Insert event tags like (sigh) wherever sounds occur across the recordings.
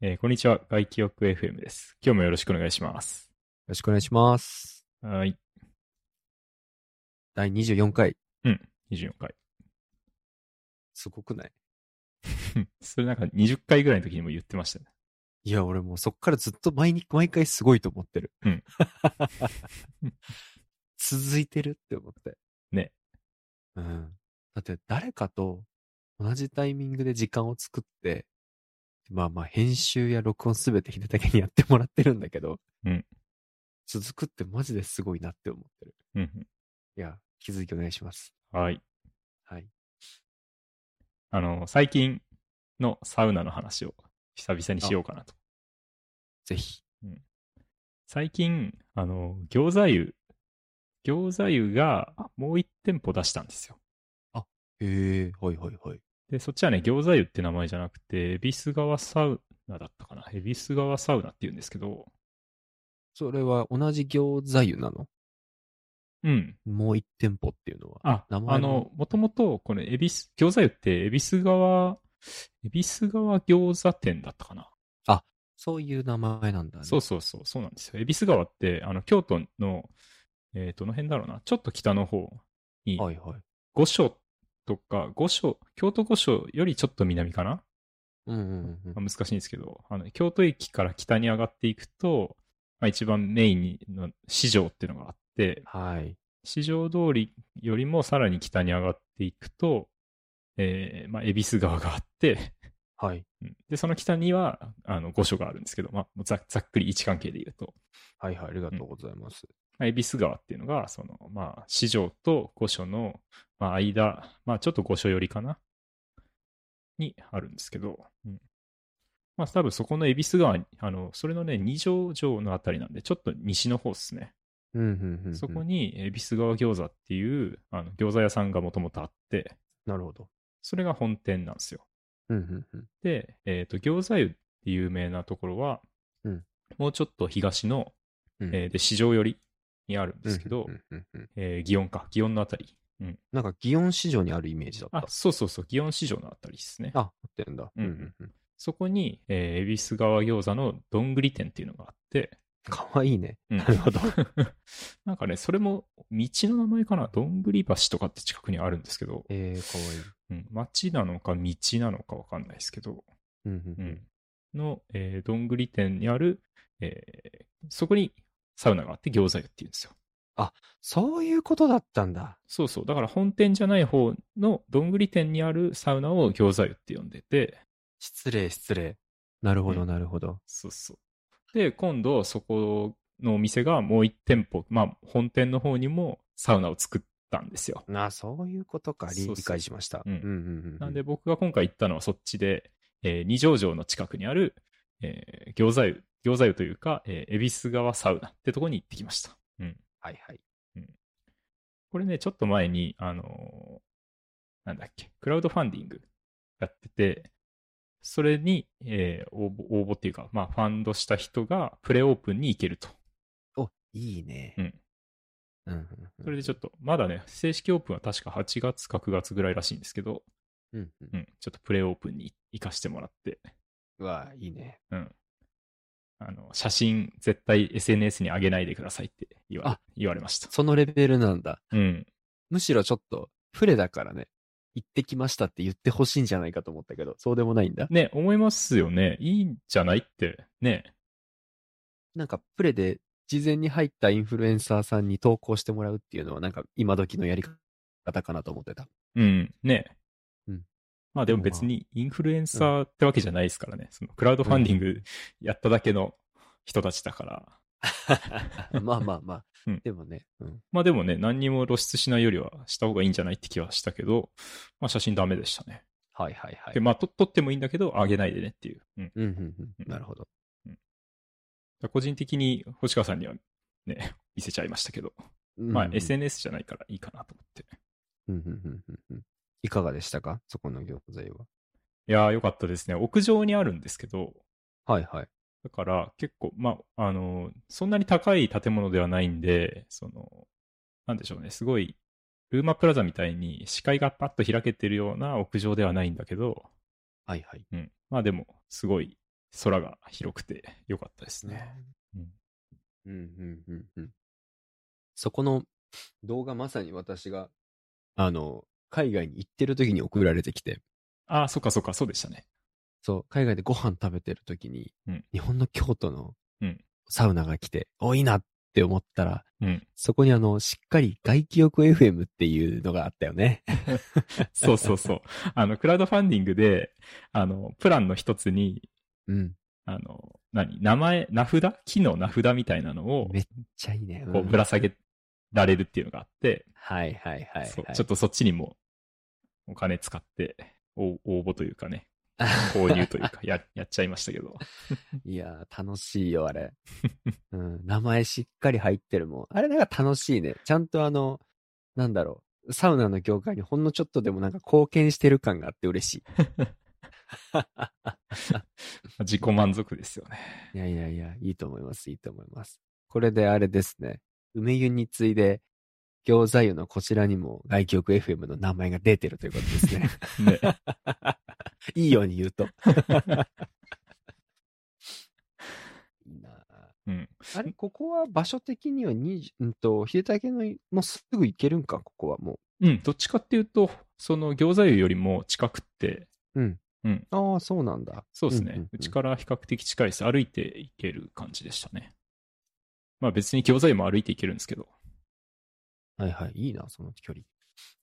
えーこんにちは、外記憶 FM です。今日もよろしくお願いします。よろしくお願いします。はい、第24回。 24回。すごくないそれなんか20回ぐらいの時にも言ってましたね。いや、俺もうそっからずっと毎日、毎回すごいと思ってる。うん (laughs) 続いてるって思って。ね。うん。だって誰かと同じタイミングで時間を作って、まあまあ編集や録音すべて秀武にやってもらってるんだけど、うん続くってマジですごいなって思ってる。うんいや、気づきお願いします。うん。はい。はい。あの、最近のサウナの話を久々にしようかなと。ぜひ。最近、あの、餃子湯、餃子湯がもう1店舗出したんですよ。へえ、はいはいはい。で、そっちはね、餃子湯って名前じゃなくて、恵比寿川サウナだったかな。恵比寿川サウナって言うんですけど、それは同じ餃子湯なのうん。もう一店舗っていうのは。あ、名前あのの、もともと、この恵比寿、餃子湯って、恵比寿川、恵比寿川餃子店だったかな。そういう名前なんだね。そうそうそう、そうなんですよ。恵比寿川って、あの、京都の、えー、どの辺だろうな、ちょっと北の方に、はいはい。御所とか、御所、京都御所よりちょっと南かな、うんうんうん。まあ難しいんですけど、あの、京都駅から北に上がっていくと、まあ、一番メインにの市場っていうのがあって、はい。市場通りよりもさらに北に上がっていくと、えーまあ、恵比寿川があって、 (laughs) はい。うんで、その北には、あの、御所があるんですけど、まあ、もうざざっくり位置関係で言うと、はいはい。ありがとうございます。まあ恵比寿川っていうのが、その、まあ、市場と御所の、まあ、間、まあ、ちょっと御所寄りかなにあるんですけど、うんまあ、多分そこの恵比寿川に、あの、それのね、二条城のあたりなんで、ちょっと西の方ですね。うんうんうんうん。そこ。に、恵比寿川餃子っていう、あの、餃子屋さんがもともとあって、なるほど。それが本店なんですよ。うんうんうん。で、えっ、と、餃子湯って有名なところは、うんもうちょっと東の、うんえーで、市場寄りにあるんですけど、うんうんうんうんえー祇園か、祇園のあたり。うん。なんか、祇園市場にあるイメージだった。あ、そうそうそう、祇園市場のあたりですね。あ、合ってんだ。うんうん。そこに、えー、恵比寿川餃子のどんぐり店っていうのがあって、かわいいね。うんなるほど。 (laughs) なんかね、それも道の名前かな、どんぐり橋とかって近くにあるんですけど、えー、かわいい。うん、町なのか道なのかわかんないですけど、うんううんん、の、えーどんぐり店にある、えーそこにサウナがあって餃子屋っていうんですよ。そういうことだったんだ。そうそう。だから本店じゃない方のどんぐり店にあるサウナを餃子湯って呼んでて、失礼、失礼。なるほうど、んなるほど。そうそう。で、今度そこのお店がもう1店舗、まあ本店の方にもサウナを作ったんですよ。な、そういうことか。そうそ理う理解しました。うんうんうんなんで、僕が今回行ったのはそっちで、えー二条城の近くにある、えー餃子湯、餃子湯というか、えー恵比寿川サウナってとこに行ってきました。うん。はいはい。これね、ちょっと前に、あのーなんだっけ、クラウドファンディングやってて、それに、えー応募、応募っていうか、まあ、ファンドした人がプレオープンに行けると。お、いいね。うんうんうんうん。それでちょっと、まだね、正式オープンは確か8月か9月ぐらいらしいんですけど、うんうんうん、ちょっとプレオープンに行かしてもらって、うわ、いいね。あの、写真絶対 SNS に上げないでくださいって言わあ言われました。 (laughs) そのレベルなんだ。うん。むしろちょっと、フレだからね、行ってきましたって言ってほしいんじゃないかと思ったけど、そうでもないんだ。ね、思いますよね。いいんじゃないって、ね。なんか、フレで事前に入ったインフルエンサーさんに投稿してもらうっていうのは、なんか、今時のやり方かなと思ってた。 (laughs) うん、ね。うんまあでもでもまあ別にインフルエンサーってわけじゃないですからね。そのクラウドファンディングやっただけの人たちだから。まあまあまあ。うんでもね、うん。まあでもね、何にも露出しないよりはした方がいいんじゃないって気はしたけど、まあ写真ダメでしたね。はいはいはいで、。まあと撮ってもいいんだけど、あげないでねっていう。うん。うんうんうん。なるほど。個人的に星川さんにはね、見せちゃいましたけど、まあ SNS じゃないからいいかなと思って。うんうんうんうんうんいかがでしたかそこの餃子は。いやーよかったですね。屋上にあるんですけど、はいはい。だから結構、まあ、あの、そんなに高い建物ではないんで、その、なんでしょうね、すごい、ルーマプラザみたいに視界がパッと開けてるような屋上ではないんだけど、はいはい。うん。まあでも、すごい空が広くて良かったですね。うんうんうんうんうん。そこの動画まさに私が、あの、海外に行ってる時に送られてきて、ああ、そっかそっか、そうでしたね。そう、海外でご飯食べてる時に、うん日本の京都のうんサウナが来て、お、いいなって思ったら、うん。そこにあの、しっかり外気浴 FM っていうのがあったよね。そうそう (laughs) そう。あの、クラウドファンディングで、あの、プランの一つに、うん。あの、何名前、名札木の名札みたいなのをめ、っちゃいいね。こう、うんぶら下げられるっていうのがあって、はいはいはい、はい。そうちょっとそっちにも、お金使って、応応募というかね、購入と (laughs) いうか、や、やっちゃいましたけど。いやー、楽しいよ、あれ、うん。名前しっかり入ってるもん。あれなんか楽しいね。ちゃんとあの、なんだろう。サウナの業界にほんのちょっとでもなんか貢献してる感があって嬉しい。自己満足ですよね。いやいやいや、いいと思います、いいと思います。これであれですね。梅湯に次いで、餃子湯のこちらにも外局 FM の名前が出てるということですね。ね。いいように言うと。いいなあうん。あれ、ここは場所的には20、うんと、秀武の、もうすぐ行けるんか、ここはもうん、どっちかっていうと、その餃子湯よりも近くって、う。うん。うんああ、そうなんだ。そうですね、うんうんうんうちから比較的近いです。歩いて行ける感じでしたね。まあ別に餃子湯も歩いて行けるんですけど。はいはい、いいな、その距離。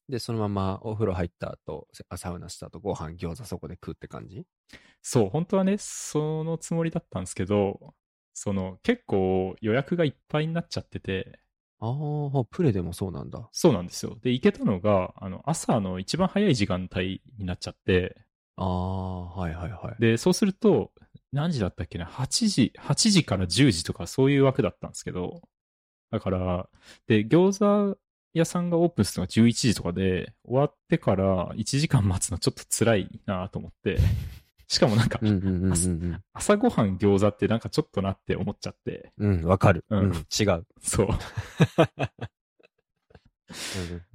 で、そのままお風呂入った後、せあサウナした後、ご飯、餃子そこで食うって感じそう、本当はね、そのつもりだったんですけど、その結構予約がいっぱいになっちゃってて、ああ、プレでもそうなんだ。そうなんですよ。で、行けたのが、あの、朝の一番早い時間帯になっちゃって、ああ、はいはいはい。で、そうすると、何時だったっけな ?8 時、8時から10時とかそういう枠だったんですけど、だから、で、餃子屋さんがオープンするのが11時とかで、終わってから1時間待つのちょっと辛いなと思って、しかもなんか、うんうんうんうん朝ごはん餃子ってなんかちょっとなって思っちゃって、うん。うん、わかる。ううんん、違う。そう。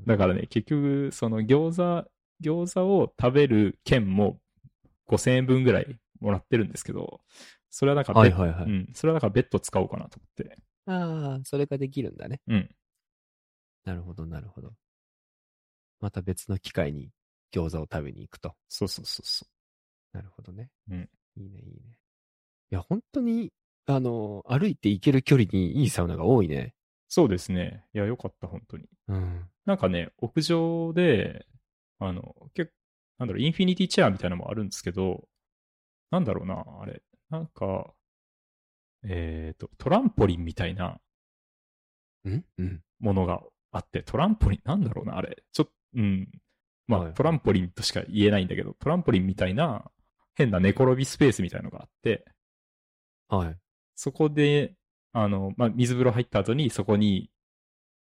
だからね、結局、その餃子、餃子を食べる券も5000円分ぐらいもらってるんですけど、それはなんかは別いはいはうい。ん。それはだから別途使おうかなと思って。ああ、それができるんだね。うん。なるほど、なるほど。また別の機会に餃子を食べに行くと。そうそうそうそなるほどね。うんいいね、いいね。いや、本当に、あの、歩いて行ける距離にいいサウナが多いね。う。そうですね。いや、よかった、本当に。うん。なんかね、屋上で、あの、結構、なんだろう、インフィニティチェアみたいなのもあるんですけど、なんだろうな、あれ。なんか、えっ、と、トランポリンみたいなうんうん。ものがあって、トランポリン、なんだろうな、あれ。ちょっと、うん。まあ、はいトランポリンとしか言えないんだけど、トランポリンみたいな、変な寝転びスペースみたいなのがあって、はい。そこで、あの、まあ、水風呂入った後に、そこに、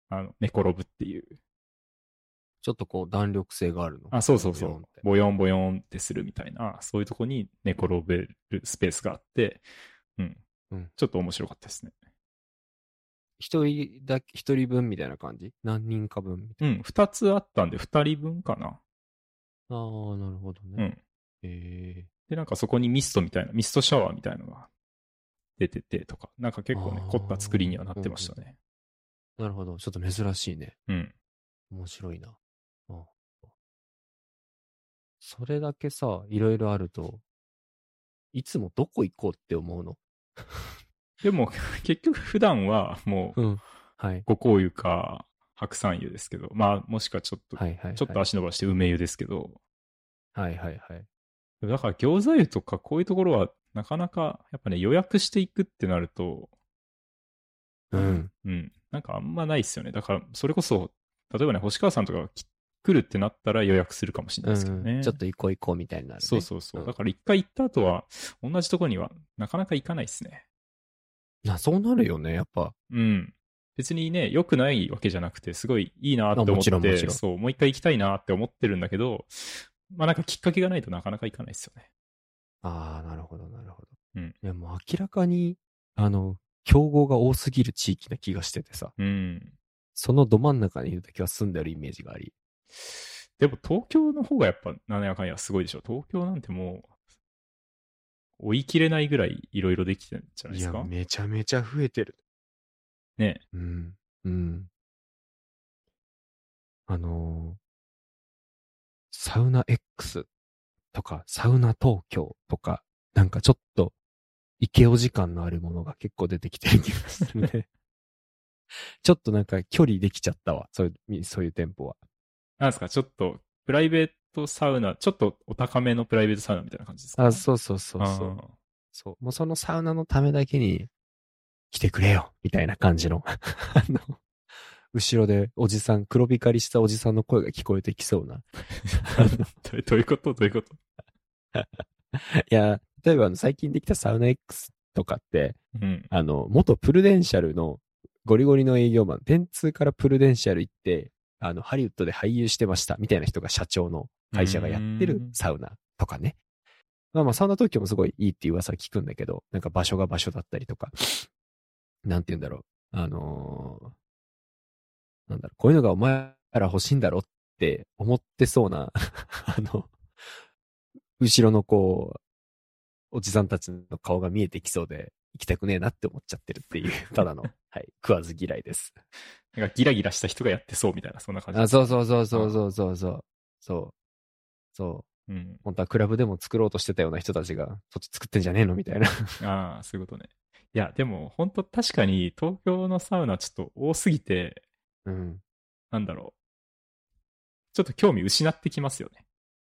あの、寝転ぶっていう。ちょっとこう弾力性があるの。あ、そうそうそボヨンっうて。ボヨンボヨンってするみたいな、そういうとこに寝転べるスペースがあって、うん。うんちょっと面白かったですね。一人だけ、一人分みたいな感じ何人か分みたういん。二つあったんで、二人分かな。な。ああ、なるほどうね。ん。へえで、なんかそこにミストみたいな、ミストシャワーみたいなのが出ててとか、なんか結構ねあ、ー凝った作りにはなってましたね。なるほど。ちょっと珍しいね。うん。面白いな。うんそれだけさ、いろいろあると、いつもどこ行こうって思うの。でも、 (laughs) 結局普段はもう、ん。はい。五香湯か白山湯ですけど、まあ、もしくはちょっとはいはい、はい。ちょっと足伸ばして梅湯ですけど、はいはいはい。だから餃子湯とかこういうところはなかなかやっぱね予約していくってなると、うん。うん、なんかあんまないですよね。だからそれこそ、例えばね、星川さんとかが来来るってなったら予約するかもしれないですけどね。うんちょっと行こう行こうみたいになる、ね。そうそうそう。うんだから一回行った後は、同じところにはなかなか行かないですね。な、そうなるよね、やっぱ。うん。別にね、良くないわけじゃなくて、すごいいいなってあ思もちろっんもちて、ろんそう、もう一回行きたいなって思ってるんだけど、まあなんかきっかけがないとなかなか行かないですよね。ああ、なるほど、なるほど。うんいや、もう明らかに、あの、競合が多すぎる地域な気がしててさ、うん。そのど真ん中にいるときは住んでるイメージがあり。でも東京の方がやっぱなんやかんやすごいでしょ。東京なんてもう、追い切れないぐらいいろいろできてるんじゃないいですや、か。めちゃめちゃ増えてる。ね。うん。うん。あのーサウナ X とか、サウナ東京とか、なんかちょっと、イケオ時間のあるものが結構出てきてる気がする (laughs) ね。ちょっとなんか距離できちゃったわ。そういうみ、そういう店舗は。なんですか、ちょっと、プライベートサウナ、ちょっとお高めのプライベートサウナみたいな感じですか、あ、そうそうそうそう。あそう。もうそのサウナのためだけに、来てくれよみたいな感じの、 (laughs) あの、後ろでおじさん、黒光りしたおじさんの声が聞こえてきそうな。ー (laughs) どどういうことどういうこといや、例えばあの最近できたサウナ X とかって、うん。あの、元プルデンシャルのゴリゴリの営業マン、電通からプルデンシャル行って、あの、ハリウッドで俳優してましたみたいな人が社長の会社がやってるうんサウナとかね。まあまあ、サウナ東京もすごいいいっていう噂は聞くんだけど、なんか場所が場所だったりとか、 (sniffs) なんて言うんだろう。あのーなんだろう、こういうのがお前ら欲しいんだろって思ってそうな、 (laughs) あの、後ろのこう、おじさんたちの顔が見えてきそうで、行きたくねえなって思っちゃってるって (laughs) いう、ただの、はい、食わず嫌いです。なんかギラギラした人がやってそうみたいな、そんな感じ。あ、そうそうそうそうそうそうそう。そう。そう。うん。本当はクラブでも作ろうとしてたような人たちが、そっち作ってんじゃねえのみたいな。ああ、そういうことね。いや、でも、本当確かに、東京のサウナちょっと多すぎて、うん。なんだろう。ちょっと興味失ってきますよね。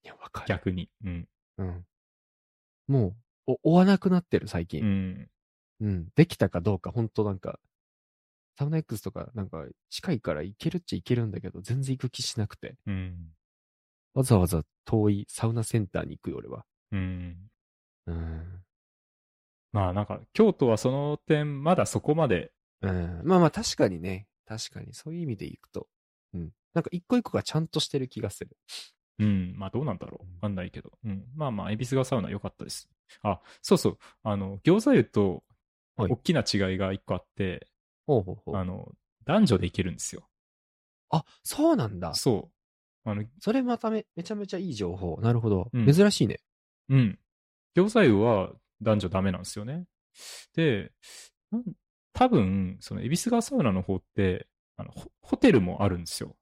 いや、わかる。逆に。うん。うん。もう、お追わなくなってる、最近。うん。うん、できたかどうか、本当なんか、サウナ X とか、なんか、近いから行けるっちゃ行けるんだけど、全然行く気しなくて。うん。わざわざ遠いサウナセンターに行くよ、俺は。うん。うん。まあ、なんか、京都はその点、まだそこまで、うん。まあまあ、確かにね。確かに、そういう意味で行くと。うん。なんか、一個一個がちゃんとしてる気がする。うん、まあどうなんだろう。わかんないけど。うん。まあまあ、恵比寿川サウナ良かったです。あ、そうそう。あの、餃子湯と、はい大きな違いが一個あって、ほうほうほあう。の、男女で行けるんですよ。あ、そうなんだ。そう。あの、それまため、めちゃめちゃいい情報。なるほど。うん珍しいね。うん。餃子湯は男女ダメなんですよね。で、なん多分、その、恵比寿川サウナの方って、あのホホテルもあるんですよ。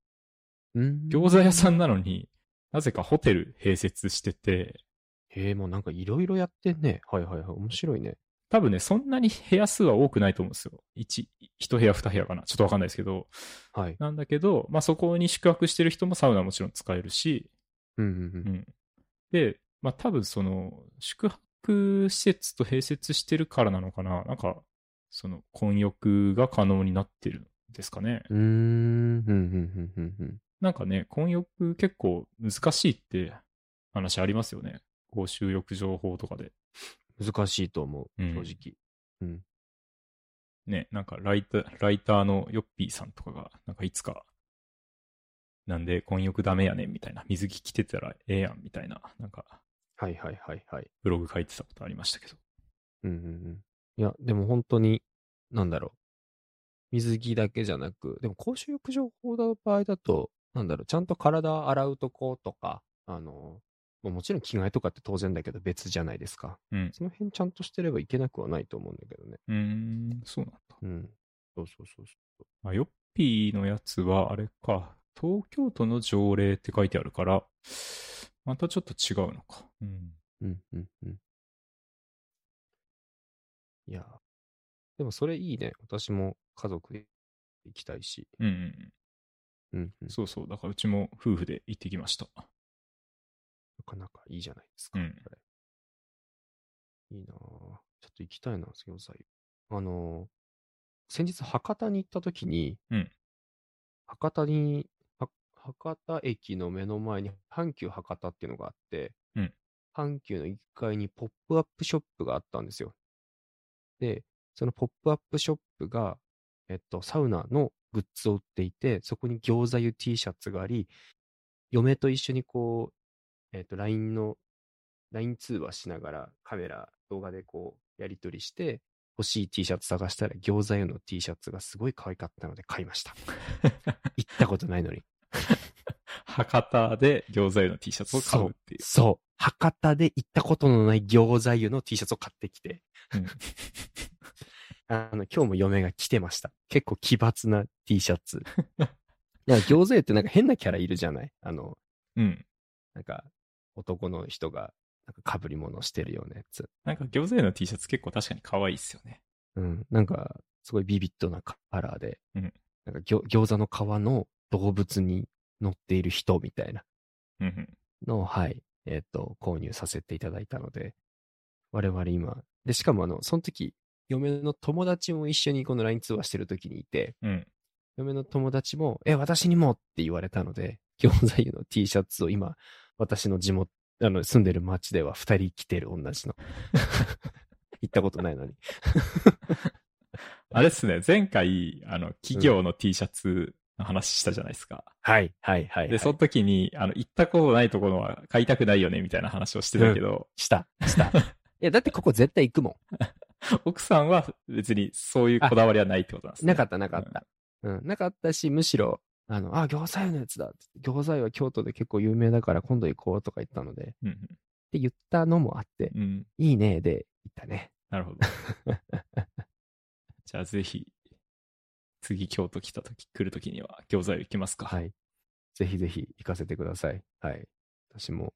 うん。餃子屋さんなのに、なぜかホテル併設してて、へえ、もうなんかいろいろやってんね。はいはいはい。面白いね。多分ね、そんなに部屋数は多くないと思うんですよ。1、一部屋、2部屋かな。ちょっとわかんないですけど。はい。なんだけど、まあそこに宿泊してる人もサウナもちろん使えるし、うんうんうん。うん。で、まあ多分その、宿泊施設と併設してるからなのかな。なんか、その、混浴が可能になってるんですかね。うーん、うん、うん、うん、うん。なんかね、混浴結構難しいって話ありますよね。公衆浴場法とかで。難しいと思う、うん正直。ね、なんかライター、ライターのヨッピーさんとかが、なんかいつか、なんで混浴ダメやねんみたいな、水着着てたらええやんみたいな、なんかはいはいはいはい。ブログ書いてたことありましたけど。うんうんうん。いや、でも本当に、なんだろう。水着だけじゃなく、でも公衆浴場法の場合だと、なんだろう、ちゃんと体洗うとことか、あの、まあもちろん着替えとかって当然だけど別じゃないですか。うん。その辺ちゃんとしてればいけなくはないと思うんだけどね。うーん、そうなんだ。うん。そうそうそうそあ、ヨッピーのやつは、あれか、東京都の条例って書いてあるから、またちょっと違うのか。うん。う。うんうんうん。いや、でもそれいいね。私も家族で行きたいし。うん、うん。うん、うん。そうそう。だからうちも夫婦で行ってきました。 (laughs) なかなかいいじゃないですか。うんこれいいなぁ。ちょっと行きたいな、餃子湯。あのー先日博多に行った時に、うん博多に、は博多駅の目の前に阪急博多っていうのがあって、うん阪急の1階にポップアップショップがあったんですよ。で、そのポップアップショップが、えっと、サウナのグッズを売っていて、そこに餃子湯 T シャツがあり、嫁と一緒にこう、えっ、と、LINE の、LINE 通話しながらカメラ、動画でこう、やり取りして、欲しい T シャツ探したら餃子用の (laughs) T シャツがすごい可愛かったので買いました。行ったことないのに。博多で餃子湯の T シャツを買うっていう。そう。博多で行ったことのない餃子湯の T シャツを買ってきて。うん (laughs) あの、今日も嫁が着てました。結構奇抜な T シャ (laughs) ツ。なんか餃子湯ってなんか変なキャラいるじゃないあの、うん。なんか男の人が、なんか被り物してるようなやつ。なんか餃子屋の T シャツ結構確かに可愛いっすよね。うん。なんか、すごいビビッドなカラーで、うんなんかぎょ餃子の皮の動物に乗っている人みたいなうんうん。のを、はい、えっ、と、購入させていただいたので、我々今、で、しかもあの、その時、嫁の友達も一緒にこの LINE 通話してる時にいて、うん。嫁の友達も、え、私にもって言われたので、 (laughs) 餃子湯の T シャツを今、私の地元、あの、住んでる町では二人着てる、同じの。 (laughs) 行ったことないのに。あれっすね、前回、あの、企業の T シャツの話したじゃないですか。はい、はい、はい、はで、い。その時に、あの、行ったことないところは買いたくないよね、みたいな話をしてたけど、した、した。 (laughs) いや、だってここ絶対行くも奥さんは別にそういうこだわりはないってことなんですん。ね。なかった、なかった。うん、なかったし、むしろ、あの、あ、餃子屋のやつだ。餃子屋は京都で結構有名だから今度行こうとか言ったので、うん。で、言ったのもあって、うん。うん。いいね、で、行ったね。な (laughs) るほど。じゃあ、ぜひ、次京都来た時、来る時には餃子屋行きますか。はい。ぜひぜひ行かせてください。はい。私も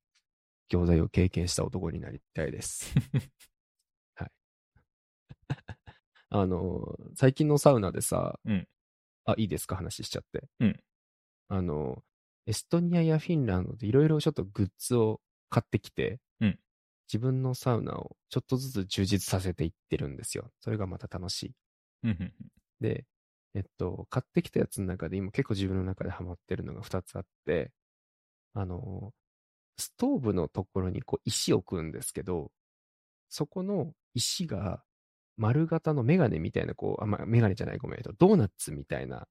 餃子屋を経験した男になりた (laughs) いです。あの、最近のサウナでさ、うんあ、いいですか話しちゃって。うんあの、エストニアやフィンランドでいろいろちょっとグッズを買ってきて、うん自分のサウナをちょっとずつ充実させていってるんですよ。それがまた楽しい。うんうんで、えっと、買ってきたやつの中で今結構自分の中でハマってるのが2つあって、あの、ストーブのところにこう石を置くんですけど、そこの石が丸型のメガネみたいな、こう、あ、まあ、メガネじゃない、ごめん、えっとドーナツみたいな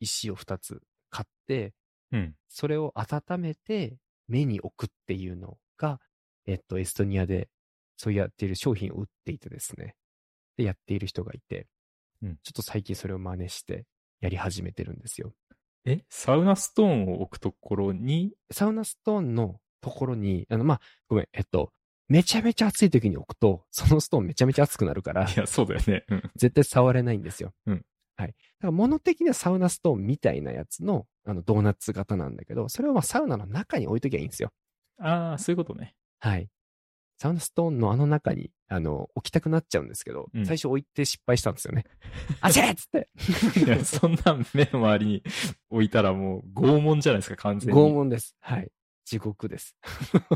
石を2つ買って、うん。うん。それを温めて目に置くっていうのが、えっと、エストニアでそうやっている商品を売っていてですね。で、やっている人がいて、うんちょっと最近それを真似してやり始めてるんですよ。え、サウナストーンを置くところに、サウナストーンのところに、あの、まあ、ごめん、えっと、めちゃめちゃ暑い時に置くと、そのストーンめちゃめちゃ熱くなるから、いや、そうだよね。うん。絶対触れないんですよ。うんはい。だから物的にはサウナストーンみたいなやつの、あの、ドーナツ型なんだけど、それをまあサウナの中に置いときゃいいんですよ。ああ、そういうことね。はい。サウナストーンのあの中に、あの、置きたくなっちゃうんですけど、うん最初置いて失敗したんですよね。 (laughs) あちゃっつ (laughs) って (laughs) いや、そんな目の周りに置いたらもう拷問じゃないですか、完全に。拷問です。はい。地獄です。 (laughs)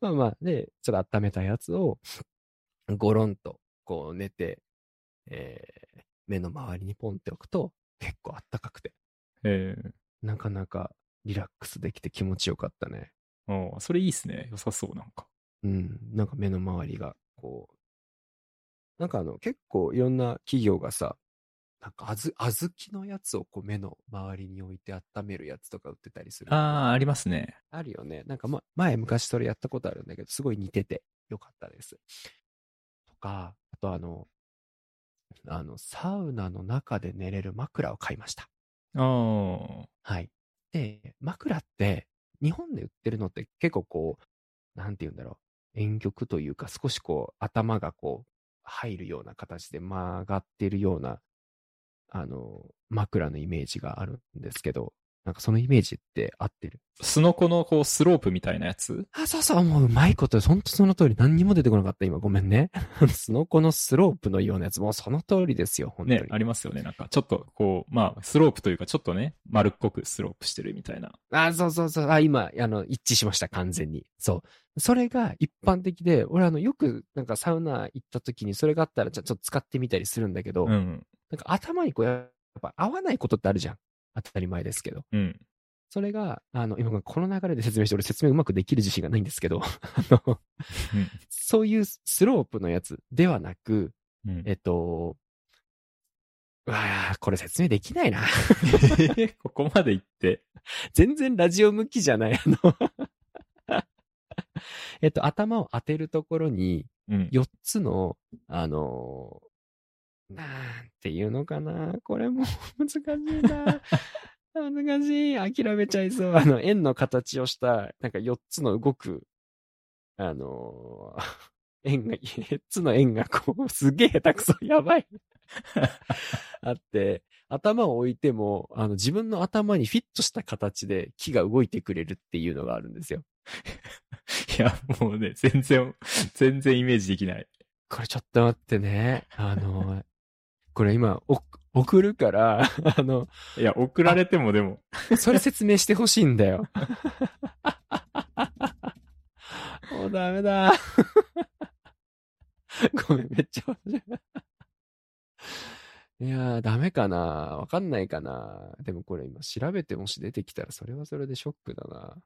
まあまあ、で、ちょっと温めたやつを、ゴロンと、こう寝て、えー目の周りにポンって置くと、結構あったかくて、えなかなかリラックスできて気持ちよかったね。えおうそれいいっすね。良さそう、なんか。うん、なんか目の周りが、こう、なんかあの、結構いろんな企業がさ、なんかあず、小豆のやつをこう目の周りに置いて温めるやつとか売ってたりする。ああ、ありますね。あるよね。なんか、ま、前昔それやったことあるんだけど、すごい似ててよかったです。とか、あとあの、あの、サウナの中で寝れる枕を買いました。ああ、はい。で、枕って、日本で売ってるのって結構こう、なんて言うんだろう、遠曲というか、少しこう、頭がこう、入るような形で曲がってるような、あの、枕のイメージがあるんですけど、なんかそのイメージって合ってる。スノコのこう、スロープみたいなやつあ、そうそう、もううまいこと、ほんとその通り、何にも出てこなかった、今、ごめんね。 (laughs) スノコのスロープのようなやつ、もうその通りですよ、本当に。ね、ありますよね。なんか、ちょっとこう、まあ、スロープというか、ちょっとね、丸っこくスロープしてるみたいな。あ、そうそうそう。あ、今、あの、一致しました、完全に。そう。それが一般的で、俺、あの、よく、なんかサウナ行った時にそれがあったら、じゃあちょっと使ってみたりするんだけど、うなんん、か頭にこう、やっぱ合わないことってあるじゃん。当たり前ですけど。うん。それが、あの、今、この流れで説明して、俺説明うまくできる自信がないんですけど、あの、そういうスロープのやつではなく、うんうんえっと、うわあこれ説明できないな。 (laughs) ここまで行って。全然ラジオ向きじゃない。あの (laughs) えっと、頭を当てるところに、うん。 4つの、あの (laughs) ーなんていうのかな。これも難しいな。恥ずかしい。諦めちゃ (laughs) いそう。あの、円の形をした、なんか4つの動く、あのー円が、4つの円がこう、すげえ下手くそ、やばい。あって、頭を置いても、あの、自分の頭にフィットした形で木が動いてくれるっていうのがあるんですよ。いや、もうね、全然、全然イメージできない。これちょっと待ってね。あのーこれ今、お送るから、 (laughs) あの、いや、送られてもでも、それ説明してほしいんだよ。 (laughs) もうダメだ。 (laughs) ごめん、めっちゃ面白い。いやー、ダメかなわかんないかなでもこれ今調べてもし出てきたらそれはそれでショックだな。だ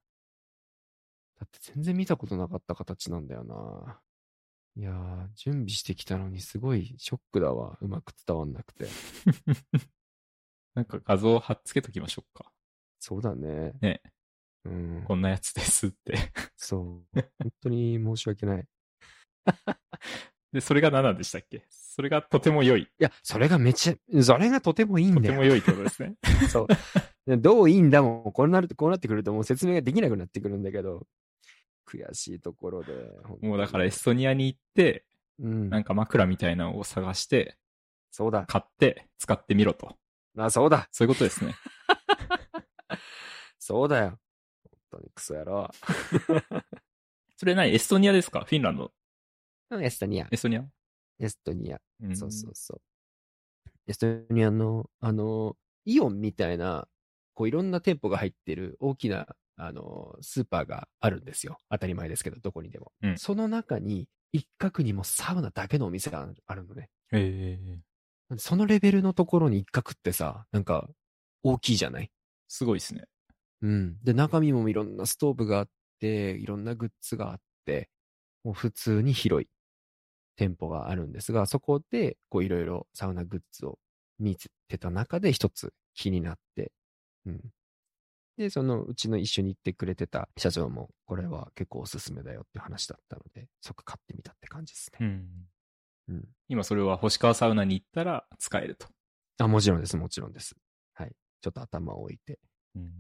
って全然見たことなかった形なんだよな。いやー、準備してきたのにすごいショックだわ。うまく伝わんなくて。なんか画像貼っつけときましょうか。そうだね。ね。うん。こんなやつですって。 (laughs) そう。本当に申し訳ない。で、それが7でしたっけそれがとても良い。いや、それがめちゃ、それがとてもいいんとだてよ。も良いってことです (laughs) ね。そう。でどういいんだもん。こうなると、こうなってくるともう説明ができなくなってくるんだけど、悔しいところで。もうだからエ本ストニアに行って、当に、うなんん。か枕みたいなのを探して、そうだ。買って、使ってみろと。あ、そうだ。そういうこと (laughs) ですね。そうだよ。本当にクソ野郎。それ何エストニアですかフィンランド。うんエストニア。エストニア、エストニア。うんそうそうそう。エストニアの、あの、イオンみたいな、こういろんな店舗が入ってる大きな、あの、スーパーがあるんですよ。当たり前ですけど、どこにでも。うんその中に、一角にもサウナだけのお店があるあるのね。へえそのレベルのところに一角ってさ、なんか、大きいじゃないすごいですね。うん。で、中身もいろんなストーブがあって、いろんなグッズがあって、もう普通に広い店舗があるんですが、そこで、こういろいろサウナグッズを見つけた中で一つ気になって、うん。で、そのうちの一緒に行ってくれてた社長も、これは結構おすすめだよって話だったので、即買ってみたって感じですね。ん。うん。今それは星川サウナに行ったら使えると。あ、もちろんです、もちろんです。はい。ちょっと頭を置いて、うん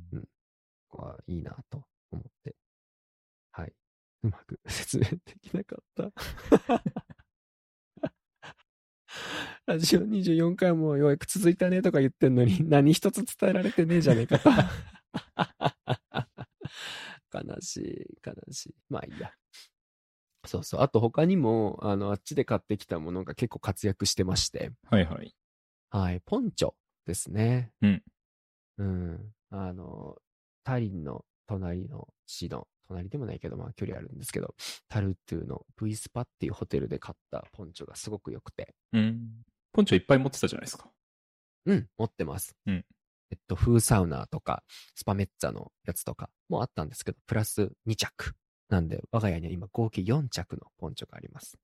はいいなと思って。はい。うまく (laughs) 説明できなかった。ラジオ24回もようやく続いたねとか言ってんのに何一つ伝えられてねえじゃねえかと。悲しい、悲しい。まあいいや。そうそう。あと他にも、あの、あっちで買ってきたものが結構活躍してまして。はいはい。はい、ポンチョですね。うん。うん。あの、タリンの隣の市の、隣でもないけど、まあ距離あるんですけど、タルトゥの V スパっていうホテルで買ったポンチョがすごく良くて、うん。ポンチョいっぱい持ってたじゃないですか。うん、持ってます。うん。えっと、風サウナーとか、スパメッツァのやつとかもあったんですけど、プラス2着。なんで、我が家には今合計4着のポンチョがあります。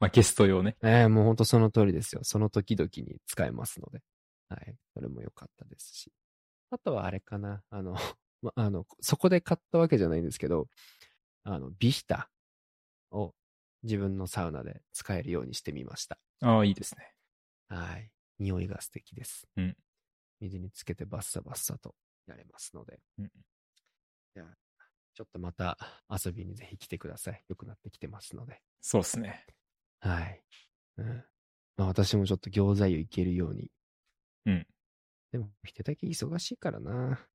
まあゲスト用ね。ええもうほんとその通りですよ。その時々に使えますので。はい。それも良かったですし。あとはあれかな。あの、 (laughs) ま、あの、そこで買ったわけじゃないんですけど、あの、ビヒタを自分のサウナで使えるようにしてみました。ああ、いいですね。はい。匂いが素敵です。うん水につけてバッサバッサとやれますので。うんいや、ちょっとまた遊びにぜひ来てください。良くなってきてますので。そうです (laughs) ね。はい。うん。まあ私もちょっと餃子湯行けるように。うん。でも、ひてだけ忙しいからな。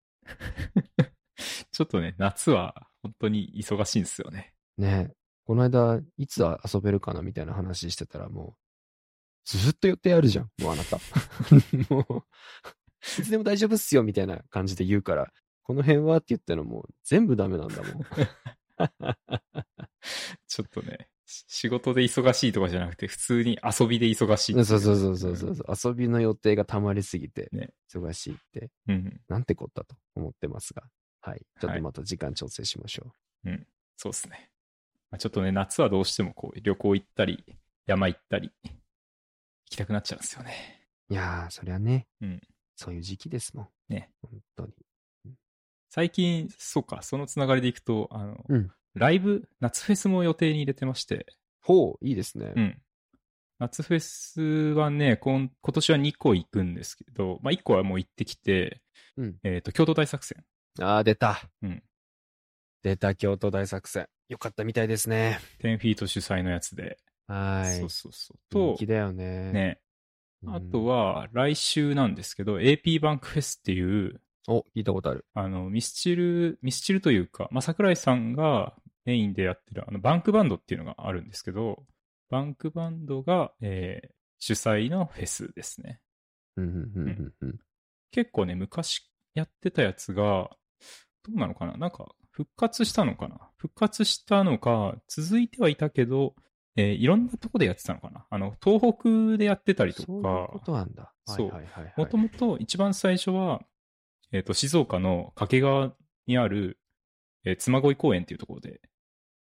ちょっとね、夏は本当に忙しいんですよね。ねえこの間、いつ遊べるかなみたいな話してたらもう、ずっと予定あるじゃん、もうあなた。 (laughs) もう、いつでも大丈夫っすよ、みたいな感じで言うから、この辺はって言ったのもう全部ダメなん (laughs) だもん。ちょっとね、し仕事で忙しいとかじゃなくて、普通に遊びで忙しい。そうそうそうそうそうそう。遊びの予定が溜まりすぎてね、忙しいって、うん。なんてこったと思ってますが。はい。ちょっとまた時間調整しましょう。そうですね。まあ、ちょっとね、夏はどうしてもこう旅行行ったり、山行ったり、行きたくなっちゃうんですよね。いやー、そりゃね、うんそういう時期ですもん。ね。本当に。最近、そうか、そのつながりでいくと、あの、うんライブ、夏フェスも予定に入れてまして、ほう、いいですね。うん。夏フェスはね、こん今年は2個行くんですけど、まあ、1個はもう行ってきて、うんえっ、と、京都大作戦。ああ、出た。うん出た、京都大作戦。よかったみたいですね。 10フィート主催のやつで。はそ。いうそうそう。人と、気だよね。ね、うんあと。は来週なんですけど、AP バンクフェスっていう、お、聞いたことある。あの、ミスチル、ミスチルというか、まあ、桜井さんがメインでやってる、あの、バンクバンドっていうのがあるんですけど、バンクバンドが、えー主催のフェスですね。うん、うん、うん、うん。結構ね、昔やってたやつが、どうなのかななんか、復活したのかな復活したのか、続いてはいたけど、えーいろんなとこでやってたのかなあの、東北でやってたりとそういうかこ、となんだ。そうはいはいはいはいもともと一番最初は、えっ、と、静岡の掛川にある、えー妻恋公園っていうところで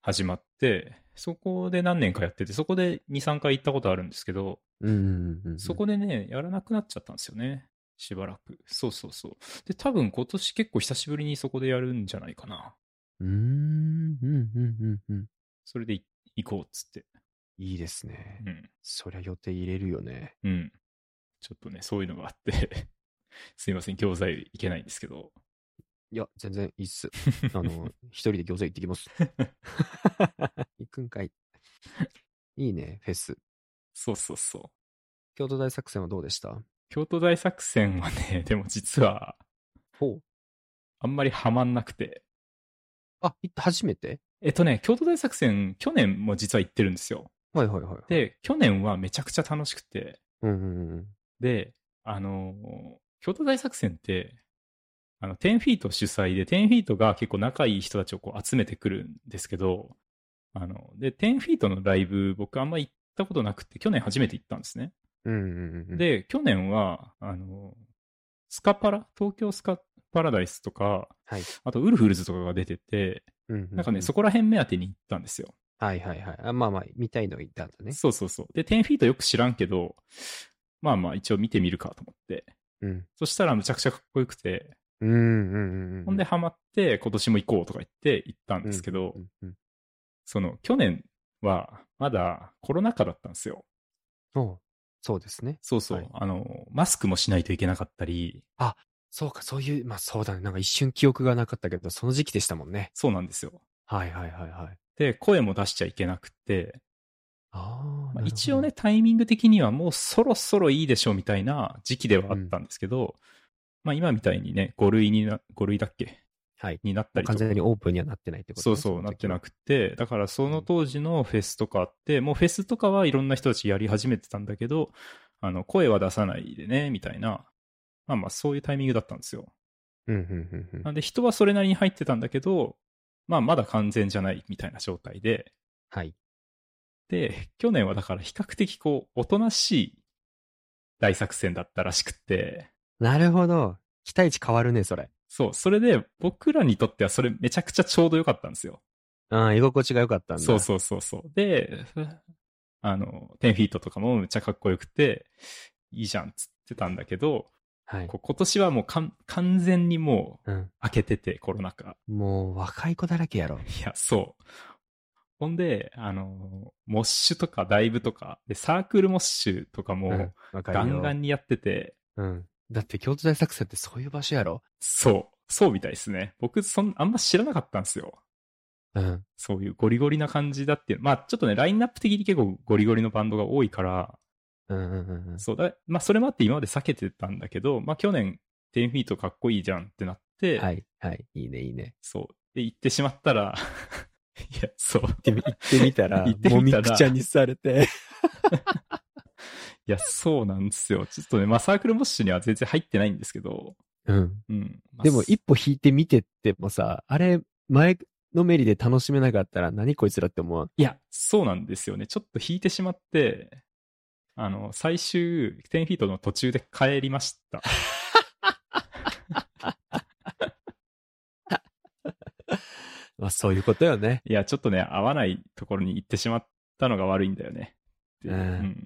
始まって、そこで何年かやってて、そこで2、3回行ったことあるんですけど、うんうんうんうん。そこでね、やらなくなっちゃったんですよね。しばらく。そうそうそう。で、多分今年結構久しぶりにそこでやるんじゃないかな。うーん、うん、うん、うん、うん。それでい行こうっつって。いいですね。うん。そりゃ予定入れるよね。うん。ちょっとね、そういうのがあって、 (laughs) すいません、教材いけないんですけど。いや、全然いい (laughs) っす。あの、一人で餃子行ってきます。行くんかい。いいね、フェス。そうそうそう。京都大作戦はどうでした京都大作戦はね、 (laughs) でも実は、ほう。あんまりハマんなくて。あ、行った、初めてえっとね、京都大作戦、去年も実は行ってるんですよ。はいはいはい。、で、去年はめちゃくちゃ楽しくて、うんうんうん。で、あのー京都大作戦って、あの、10フィート主催で、10フィートが結構仲いい人たちをこう集めてくるんですけど、あの、で、10フィートのライブ、僕あんま行ったことなくて、去年初めて行ったんですね。うんうんうん。、で、去年は、あの、スカパラ、東京スカパラダイスとか、はいあとウルフルズとかが出てて、うんうんうなんかね、そこら辺目当てに行ったんですよ。はいはいはい。あまあまあ、見たいのいたんだね。そうそうそう。で、10フィートよく知らんけど、まあまあ一応見てみるかと思って。うん。そしたらむちゃくちゃかっこよくて、うんうんうんうん。ほんでハマって今年も行こうとか言って行ったんですけど、うんうんその去年はまだコロナ禍だったんですよ。うん、おうそうですね。そうそう。はいあの、マスクもしないといけなかったり、そうか、そういう、まあそうだね。なんか一瞬記憶がなかったけど、その時期でしたもんね。そうなんですよ。はいはいはいはい。で、声も出しちゃいけなくて、あーなるほまあど一応ね、、タイミング的にはもうそろそろいいでしょうみたいな時期ではあったんですけど、まあ今みたいにね、5類にな、5類だっけはい。になったりと完か。全にオープンにはなってないってことそね、うそう、なってなくくて、だからその当時のフェスとかあって、もうフェスとかはいろんな人たちやり始めてたんだけど、あの、声は出さないでね、みたいな、まあまあそういうタイミングだったんですよ。うんうんうんう。なんんで人はそれなりに入ってたんだけど、まあまだ完全じゃないみたいな状態で、はい。で、去年はだから比較的こう、おとなしい大作戦だったらしくって、なるほど。期待値変わるね、それ。そう、それで僕らにとってはそれめちゃくちゃちょうど良かったんですよ。うん、居心地が良かったんだ。そうそうそうそう。で、あの、10フィートとかもめっちゃかっこよくて、いいじゃんっつってたんだけど、はい。こう今年はもうかん完全にもううん。開けてて、コロナ禍。もう若い子だらけやろ。いや、そう。ほんで、あの、モッシュとかダイブとか、で、サークルモッシュとかうもん、若いよガンガンにやってて、うん。だって京都大作戦ってそういう場所やろ。そう、そうみたいですね。僕、そん、あんま知らなかったんですよ。うん。そういうゴリゴリな感じだっていう。まあ、ちょっとね、ラインナップ的に結構ゴリゴリのバンドが多いから、うんうんうんうん。そうだ、まあ、それもあって今まで避けてたんだけど、まあ、去年、10フィートかっこいいじゃんってなって、はい、はい。いいね、いいね。そう。で、行ってしまったら、 (laughs) いや、そう。行 (laughs) ってみ行ってみたら、行ってみたらもみくちゃにされて。いや、そうなんですよ。ちょっとね、まあ、サークルモッシュには全然入ってないんですけど、 (laughs) うん。うん。まあでも、一歩引いてみてってもさ、あれ、前のめりで楽しめなかったら、何こいつらって思わん。いや、そうなんですよね。ちょっと引いてしまって、あの、最終、10フィートの途中で帰りました。まあ、そういうことよね。いや、ちょっとね、合わないところに行ってしまったのが悪いんだよね。ってうんうんうん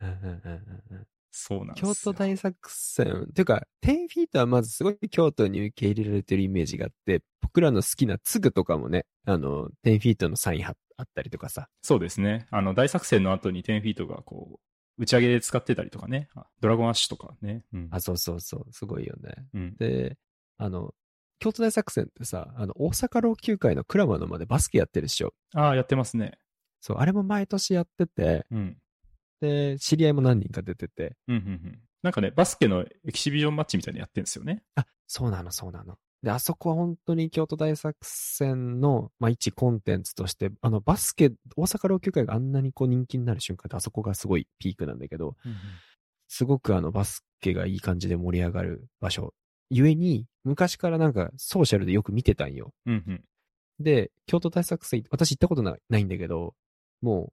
うんうんうんうんそうなんですよ京都大作戦。ていうか、10フィートはまずすごい京都に受け入れられてるイメージがあって、僕らの好きなツグとかもね、あの、10フィートのサインはあったりとかさ。そうですね。あの、大作戦の後に10フィートがこう、打ち上げで使ってたりとかね。あドラゴンアッシュとかね。うん。あ、そうそうそう、すごいよね。うん、で、あの、京都大作戦ってさ、あの、大阪老朽会のクラマのまでバスケやってるでしょ。あーやってますね。そう、あれも毎年やってて、うん。で、知り合いも何人か出てて、うん、うん、うん。なんかね、バスケのエキシビジョンマッチみたいなのやってるんですよね。あ、そうなの、そうなの。で、あそこは本当に京都大作戦の、まあ、一コンテンツとして、あの、バスケ、大阪老朽会があんなにこう人気になる瞬間って、あそこがすごいピークなんだけど、すごくあの、バスケがいい感じで盛り上がる場所。ゆえに、昔からなんかソーシャルでよく見てたんよ。うん、うん。で、京都大作戦、私行ったことなないんだけど、もう、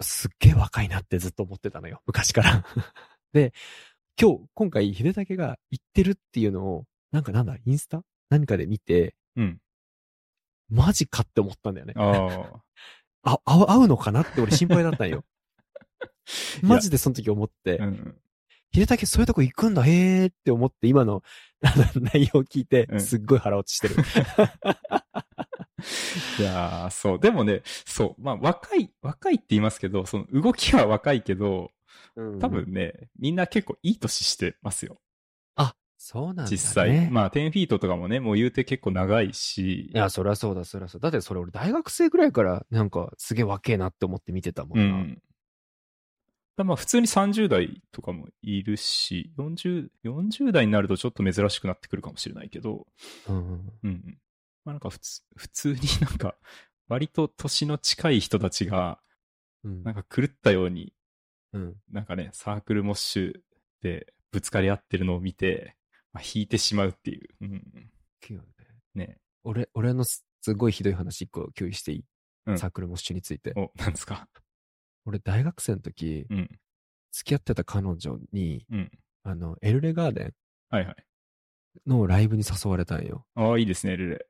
すっげえ若いなってずっと思ってたのよ、昔から。 (laughs) で、今日、今回、秀武が行ってるっていうのを、なんかなんだ、インスタ何かで見て、うん。マジかって思ったんだよね。ああ、合う合うのかなって俺心配だったんよ。 (laughs) マジでその時思ってあ。う、ん。秀武そういうとこ行くんだ、へーって思って、今のあの内容を聞いてう、んすっごい腹落ちし (laughs) てる。いやーそう。でもね、そう。まあ、若い、若いって言いますけど、その動きは若いけど、多分ね、みんな結構いい年してますよ。そうなんだ、ね。実際。まあ、10フィートとかもね、もう言うて結構長いし。いや、そりゃそうだ、そりゃそうだ。だってそれ俺大学生ぐらいからなんかすげえ若えなって思って見てたもうんな。ん。だまあ普通に30代とかもいるし、40、40代になるとちょっと珍しくなってくるかもしれないけど、うんうんうんうん。まあなんか普通、普通になんか、割と年の近い人たちが、うんなんか狂ったように、うんなんかね、サークルモッシュでぶつかり合ってるのを見て、まあ、引いてしまうっていう。うんうん。ね。俺、俺のすすごいひどい話一個共有していい、うんサークルモッシュについて。お、なんですか。俺大学生の時、うん。付き合ってた彼女に、うん。あの、エルレガーデはいはい。ンのライブに誘われたんよ。ああ、いいですね、ルレ。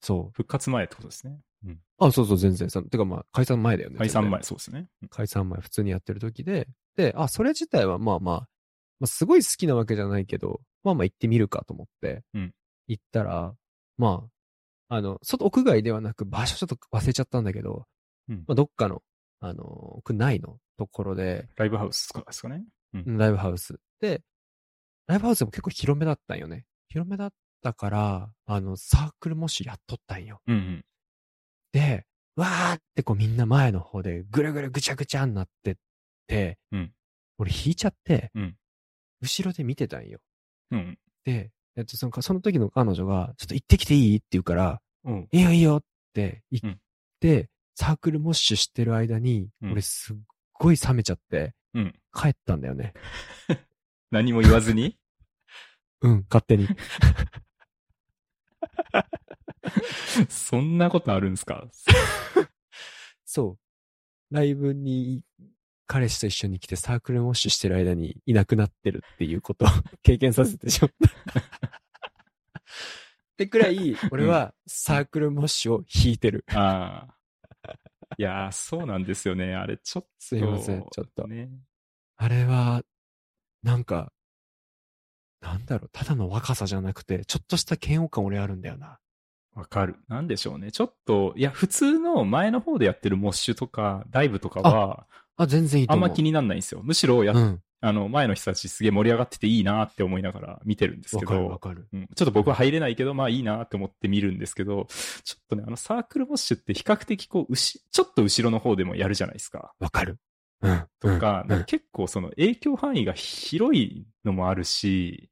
そ復活前ってことですね。うん。う。あ、そうそう、全然。そのてかまあ、解散前だよね。解散前、全そうですね。うん然。解散前、普通にやってる時で。で、あ、それ自体はまあまあ、まあ、すごい好きなわけじゃないけど、まあまあ行ってみるかと思って、うん行ったら、まあ、あの、外、屋外ではなく、場所ちょっと忘れちゃったんだけど、うんまあ、どっかの、あの、区内のところで、ライブハウスとかですかね。ライブハウス。で、ライブハウスも結構広めだったんよね。広めだったから、あの、サークルもしやっとったんよ。うんうん。で、わーってこうみんな前の方でぐるぐるぐちゃぐちゃになってって、うん俺引いちゃって、うん後ろで見てたんよ。うん。で、えっとそのその時の彼女が、ちょっと行ってきていいって言うから、うん。いいよいいよってう言っんて、サークルモッシュしてる間に、うん俺すっごい冷めちゃって、うん帰ったんだよね。何も言わずにうん、勝手に。 (laughs) そんなことあるんですかそう。ライブに、彼氏と一緒に来てサークルモッシュしてる間にいなくなってるっていうことを (laughs) 経験させてしまった。 (laughs) ってくらい、俺はサークルモッシュを引いてる。ああ。いやー、そうなんですよね。あれ、ちょっと。すいませんちょっとね。あれは、なんか、なんだろう、ただの若さじゃなくて、ちょっとした嫌悪感俺あるんだよな。わかる。なんでしょうね。ちょっと、いや、普通の前の方でやってるモッシュとか、ダイブとかは、あ、全然いいあとん思う。ま気になんないんですよ。むしろや、うん。あの、前の人たちすげえ盛り上がってていいなって思いながら見てるんですわけかるわど、かる。うん、ちょっと僕は入れないけど、まあいいなって思って見るんですけど、ちょっとね、あのサークルモッシュって比較的こう、うしちょっと後ろの方でもやるじゃないですか。わかる。うん。とか、うなんんか結構その影響範囲が広いのもあるし、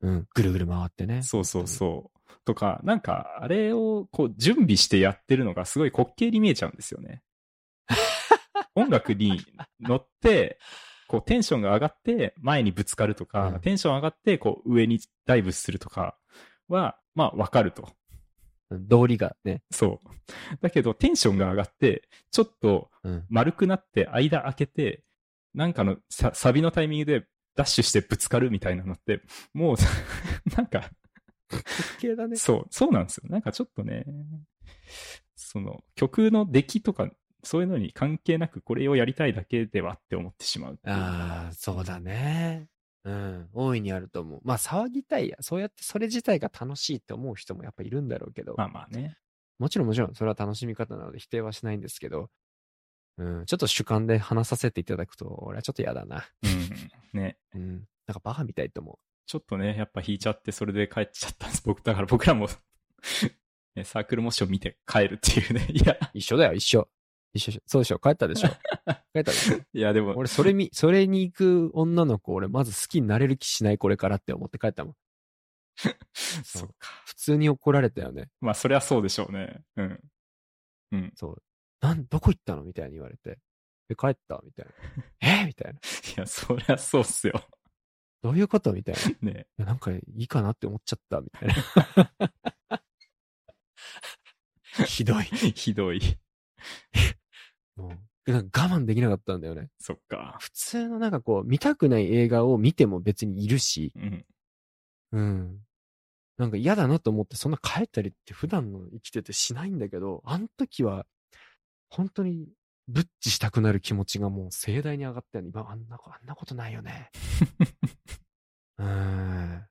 うん。うんぐるぐる回ってね。そうそうそう。とか、なんか、あれをこう準備してやってるのがすごい滑稽に見えちゃうんですよね。音楽に乗って、こうテンションが上がって前にぶつかるとか、うんテンション上がってこう上にダイブするとかは、まあわかると。うん。道理がね。そう。 (laughs) だけどテンションが上がって、ちょっとうん。丸くなって間開けて、なんかのさサビのタイミングでダッシュしてぶつかるみたいなのって、もう (laughs) なんか、系だねそう、そうなんですよ。なんかちょっとね、その曲の出来とかそういうのに関係なくこれをやりたいだけではって思ってしまうっていうああ、そうだね。うん。大いにあると思う。まあ、騒ぎたいや。そうやってそれ自体が楽しいって思う人もやっぱいるんだろうけど。まあまあね。もちろんもちろん、それは楽しみ方なので否定はしないんですけど。うん。ちょっと主観で話させていただくと、俺はちょっと嫌だな。うん。ね。うん。なんかバカみたいと思う。ちょっとね、やっぱ引いちゃって、それで帰っちゃったんです。僕、だから僕らも、 (laughs) ね、サークル模試を見て帰るっていうね。いや、一緒だよ、一緒。一緒一緒。そうでしょ。帰ったでしょ。帰ったでしょ。いやでも、俺、それみ、それに行く女の子、俺、まず好きになれる気しない、これからって思って帰ったもん。 (laughs) そっか。普通に怒られたよね。まあ、そりゃそうでしょうね。うん。うん。そう。なん、どこ行ったのみたいに言われて。え、帰ったみたいな。えみたいな。いや、そりゃそうっすよ。 (laughs) どういうことみたいな。いね。やなんかいいかなって思っちゃった、みたいな。ひどい。 (laughs) ひどい。もうなんか我慢できなかったんだよね。そっか。普通のなんかこう、見たくない映画を見ても別にいるし、うん。うん。なんか嫌だなと思って、そんな帰ったりって普段の生きててしないんだけど、あの時は、本当に、ブッチしたくなる気持ちがもう盛大に上がったよね。今、あんなこ、あんなことないよ (laughs) ね。うーん。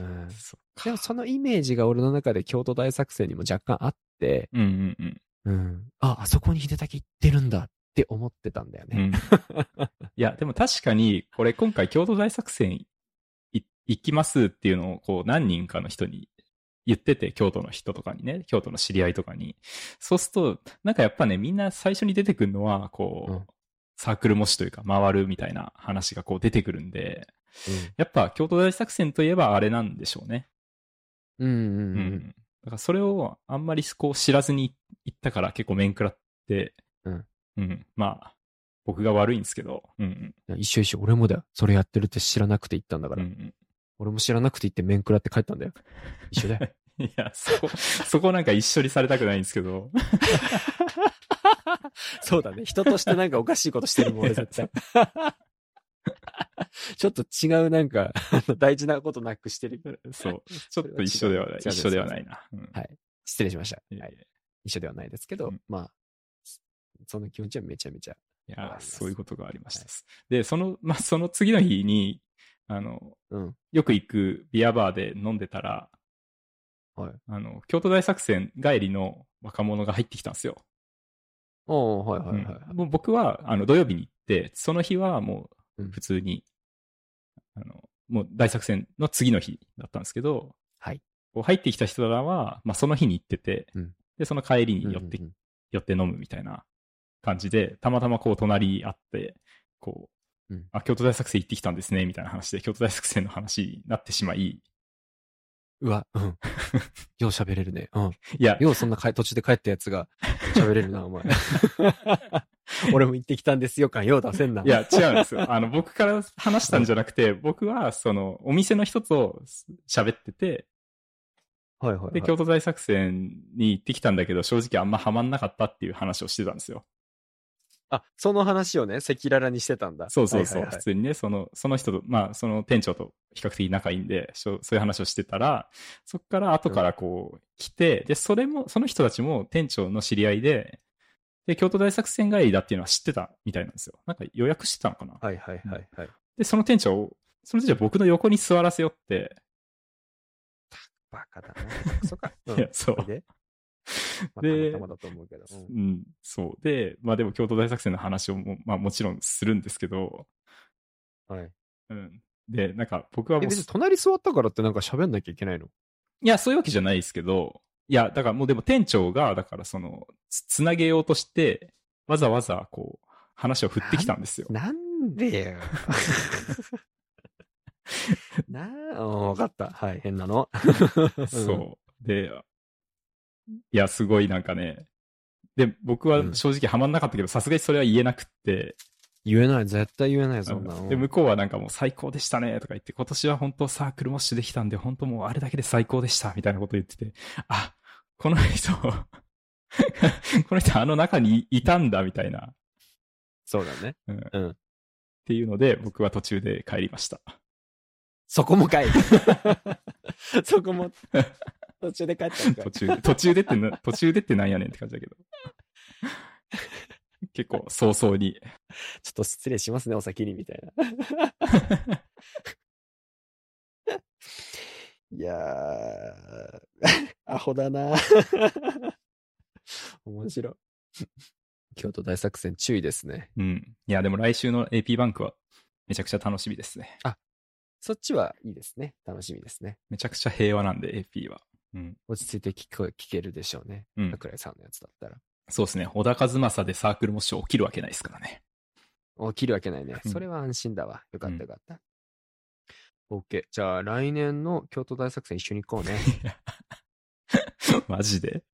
うん。そっでか。もそのイメージが俺の中で京都大作戦にも若干あって、うんうんうん。うん。あ、あそこに秀武行ってるんだって思ってたんだようね。ん、い (laughs) や、でも確かに、これ今回、京都大作戦い行きますっていうのを、こう、何人かの人に言ってて、京都の人とかにね、京都の知り合いとかに。そうすると、なんかやっぱね、みんな最初に出てくるのは、こう、うんサークル模試というか、回るみたいな話がこう出てくるんで、やっぱ京都大作戦といえばあれなんでしょうね。うん。うんううんうん。ん。だからそれをあんまりこう知らずに行ったから結構面食らって、うん。うん。まあ、僕が悪いんですけど、うんいや一緒一緒、俺もだよ。それやってるって知らなくて行ったんだかうん。うら。ん俺も知らなくて行って面食らって帰ったんだよ。一緒だよ。 (laughs) うん。いや、そこ、 (laughs) そこなんか一緒にされたくないんですけど。そうだね。人としてなんかおかし (laughs) いことしてるもん、俺絶対。 (laughs) ちょっと違うなんか、あの大事なことなくしてる。 (laughs) (laughs) そう。ちょっと一緒ではない。それは違う一緒ではないな。うんはい失礼しました。いはやい、一緒ではないですけど、うんまあ、その気持ちはめちゃめちゃ。いわかりや、ますそういうことがありましたは。で、その、まあ、その次の日に、あの、うん。よく行くビアバーで飲んでたら、はいあの、京都大作戦帰りの若者が入ってきたんですよ。おーはいはいはい。うんもう僕はあの土曜日に行って、その日はもううん普通に、あのもう大作戦の次の日だったんですけど、はいこう入ってきた人らは、まあ、その日に行ってて、うんでその帰りに寄って,、うんうんうん寄って飲むみたいな感じで、たまたまこう隣あって、こう、うんあ京都大作戦行ってきたんですねみたいな話で、京都大作戦の話になってしまい、いうわ、うん。よう喋れるね。うん。や、ようそんなかい途中で帰ったやつが喋れるな、お (laughs) 前。俺も行ってきたんですよ感、よう出せんな。いや、違うんですよ。あの、僕から話したんじゃなくて、僕は、その、お店の人と喋ってて、はいはい、はい。で、京都大作戦に行ってきたんだけど、正直あんまハマんなかったっていう話をしてたんですよ。あ、その話をね、赤裸々にしてたんだ。そうそうそう。はいはいはい普通にね、その、その人と、まあ、その店長と比較的仲いいんで、しょそういう話をしてたら、そっから後からこう来て、で、それも、その人たちも店長の知り合いで、で、京都大作戦帰りだっていうのは知ってたみたいなんですよ。なんか予約してたのかな、はいはいはいはい。で、その店長を、その店長を僕の横に座らせよって、バカだな。(laughs) そか。うんいや、そうそ。れで、まあ、でたまたまだと思うけど。うんうん、そう。で、まあでも京都大作戦の話をも、まあもちろんするんですけど、はい。うん。で、なんか僕はえ、もう、別にい隣座ったからってなんか喋んなきゃいけないのや、そういうわけじゃないですけど、いや、だからもうでも店長が、だからその、つつなげようとして、わざわざこう、話を振ってきたんですよ。なん (laughs) でよ。なあ、うんわかった。はい、変なの。そう。で、いや、すごいなんかね、で、僕は正直ハマんなかったけど、さすがにそれは言えなくって、言えない、絶対言えない、そんなうんの。で、向こうはなんかもう最高でしたねとか言って、今年は本当サークルモッシュできたんで、本当もうあれだけで最高でしたみたいなこと言ってて、あ、この人、 (laughs) この人あの中にいたんだみたいな、っそうだね。ていうので、僕は途中で帰りました。そこ (laughs) もかい。そこも、(laughs) 途中で帰ったのかい途中で、途中でってな、途中でってなんやねんって感じだけど。結構早々に。ちょっと失礼しますね、お先に、みたいな。いやー、 (laughs) アホだな (laughs) 面白い。京都大作戦注意ですね。うん。いや、でも来週の AP バンクはめちゃくちゃ楽しみですね。そっちはいいですね。楽しみですね。めちゃくちゃ平和なんで AP は。うん。落ち着いて聞こえ聞けるでしょうね。うん。桜井さんのやつだったら。そうですね。小田和正でサークルもし起きるわけないですからね。起きるわけないね。うんそれは安心だわ。よかっうんたよかった。OK。じゃあ来年の京都大作戦一緒に行こうね。 (laughs) マジでど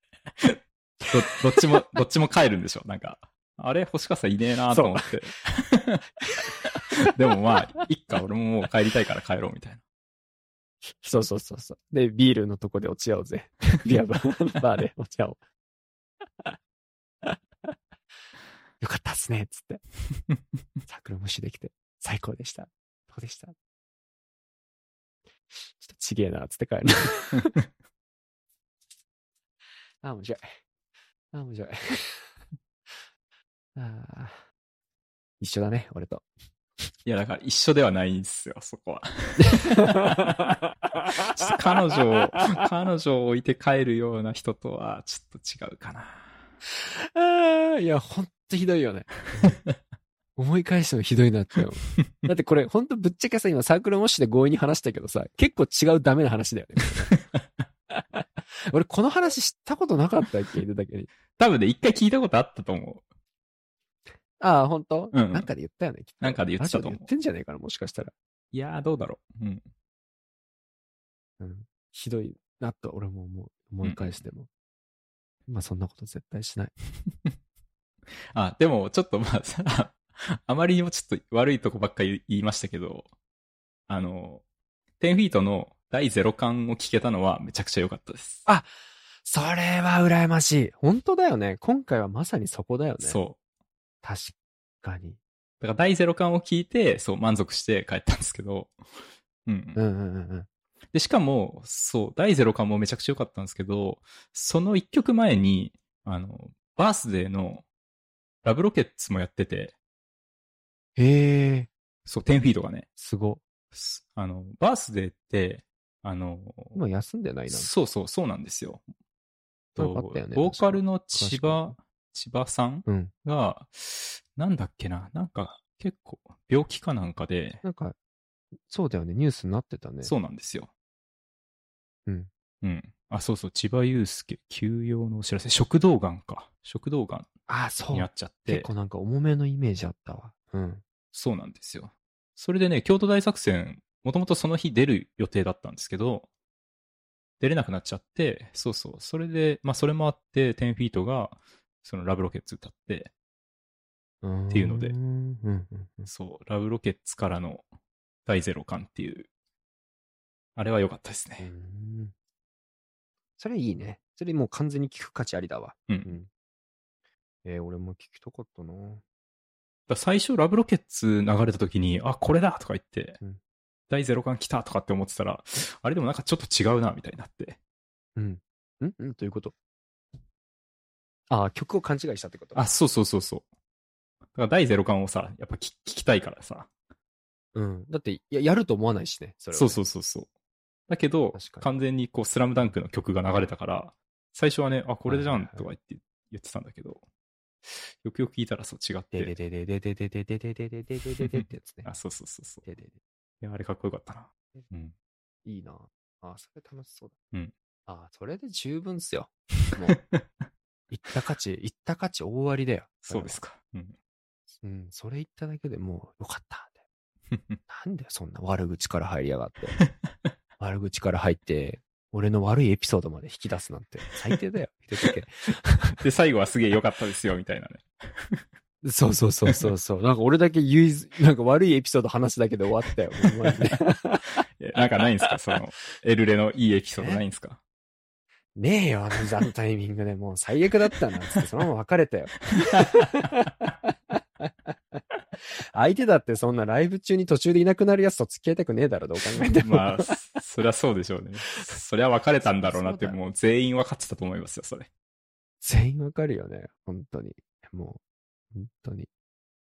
どっちも、どっちも帰るんでしょなんか、あれ星川さんいねえなと思って。 (laughs) でもまあ、いっか、俺ももう帰りたいから帰ろうみたいな。そうそうそうそう。で、ビールのとこで落ち合おうぜ。ビアバーバーで落ち合おう。よかったっすね、つって。桜無視できて、最高でした。どうでしたちょっとちげえな、つって帰る。あー、面白い。あー、面白い。あー一緒だね、俺と。 (laughs) いや、だから一緒ではないんですよ、そこは。ちょっと彼 (laughs) 女を、彼女を置いて帰るような人とは、ちょっと違うかな。ああ、いや、ほんとひどいよ (laughs) ね。思い返してもひどいなって (laughs) 思う。だってこれ、ほんとぶっちゃけさ、今サークル模試で強引に話したけどさ、結構違うダメな話だよね。 (laughs) 俺、この話知ったことなかったっけ言ってたけど。多分ね、一回聞いたことあったと思う。ああ、ほんと、うんなんかで言ったよね。きっとなんかで言ってたと思うラジオで言ってんじゃねえかな、もしかしたら。いやー、どうだろう。うん。うん。ひどいなと、俺も思う。思い返しても。まあ、そんなこと絶対しない。あ、でも、ちょっとまあさ、 (laughs) あまりにもちょっと悪いとこばっかり言いましたけど、あの、10フィートの第0巻を聞けたのはめちゃくちゃ良かったです。あそれは羨ましい。ほんとだよね。今回はまさにそこだよね。う。そ確かう。に。だから第0巻を聞いて、そう、満足して帰ったんですけど、うんう。んうんうんうん。で、しかも、そう、第0巻もめちゃくちゃ良かったんですけど、その1曲前に、あの、バースデーのラブロケッツもやってて、へえ、そう、10フィートがね、すご。すあの、バースデーって、あの、今休んでないな。そうそう、そうなんですよ。なんかあったよねボーカルの千葉確、千葉さんうん。が、なんだっけな、なんか結構病気かなんかで、なんか、そうだよね。ニュースになってたね。そうなんですよ。うん。うん。あ、そうそう、千葉祐介、休養のお知らせ、食道がんか。食道があ、んそになうっ。ちゃっ結て、構なんか重めのイメージあったわ。うん。そうなんですよ。それでね、京都大作戦、もともとその日出る予定だったんですけど、出れなくなっちゃって、そうそう、それで、まあ、それもあって、10フィートが、そのラブロケッツ歌って、うんっていうのでうんうんうんそう、ラブロケッツからの第ゼロ巻っていう、あれは良かったですうね。ん。それいいね。それもう完全に聞く価値ありだわ。うんんえー、俺も聞きたかったな。だから最初、ラブロケッツ流れた時に、あ、これだとか言って、うん第ゼロ巻来たとかって思ってたら、あれでもなんかちょっと違うな、みたいになって。うん。んんということ。あー、曲を勘違いしたってこと。あ、、そうそうそうそう。だから第ゼロ巻をさ、やっぱ聞聞きたいからさ、うん。だって、いややると思わないしね。それはねそうそうそうそう。だけど確か、に完全にこう、スラムダンクの曲が流れたから、最初はね、あ、これじゃんとか言って言ってたんだけど、よくよく聞いたらそう違っででて、ででででででででででででででってやつね。あ、そうそうそうそう。でででいや、あれかっこよかったな。うん。いいなああ、それ楽しそううだ。ん。ああ、それで十分っす (laughs) よ。もう、言った価値、言った価値大ありだよ。そうですか。うん。 (laughs) それは。うん、それ言っただけでもう、よかったって。なんだよ、そんな悪口から入りやが (laughs) って。悪口から入って、俺の悪いエピソードまで引き出すなんて、最低 (laughs) だよ。一人だけで、最後はすげえ良かったですよ、みたいなね。そうそうそうそうそう。なんか俺だけ唯一、なんか悪いエピソード話すだけで終わったよ。もうマジでえなんかないんすかその、エルレのいいエピソードないんす (laughs) かねえよ、あのザのタイミングでもう最悪だったな、つって、そのまま別 (laughs) れたよ。相手だってそんなライブ中に途中でいなくなるやつと付き合いたくねえだろ、どう考えて (laughs) も。まあ、そそりゃそうでしょうね。そりゃ別れたんだろうなって、そうだもう全員分かってたと思いますよ、それ。全員わかるよね、本当に。も本当に。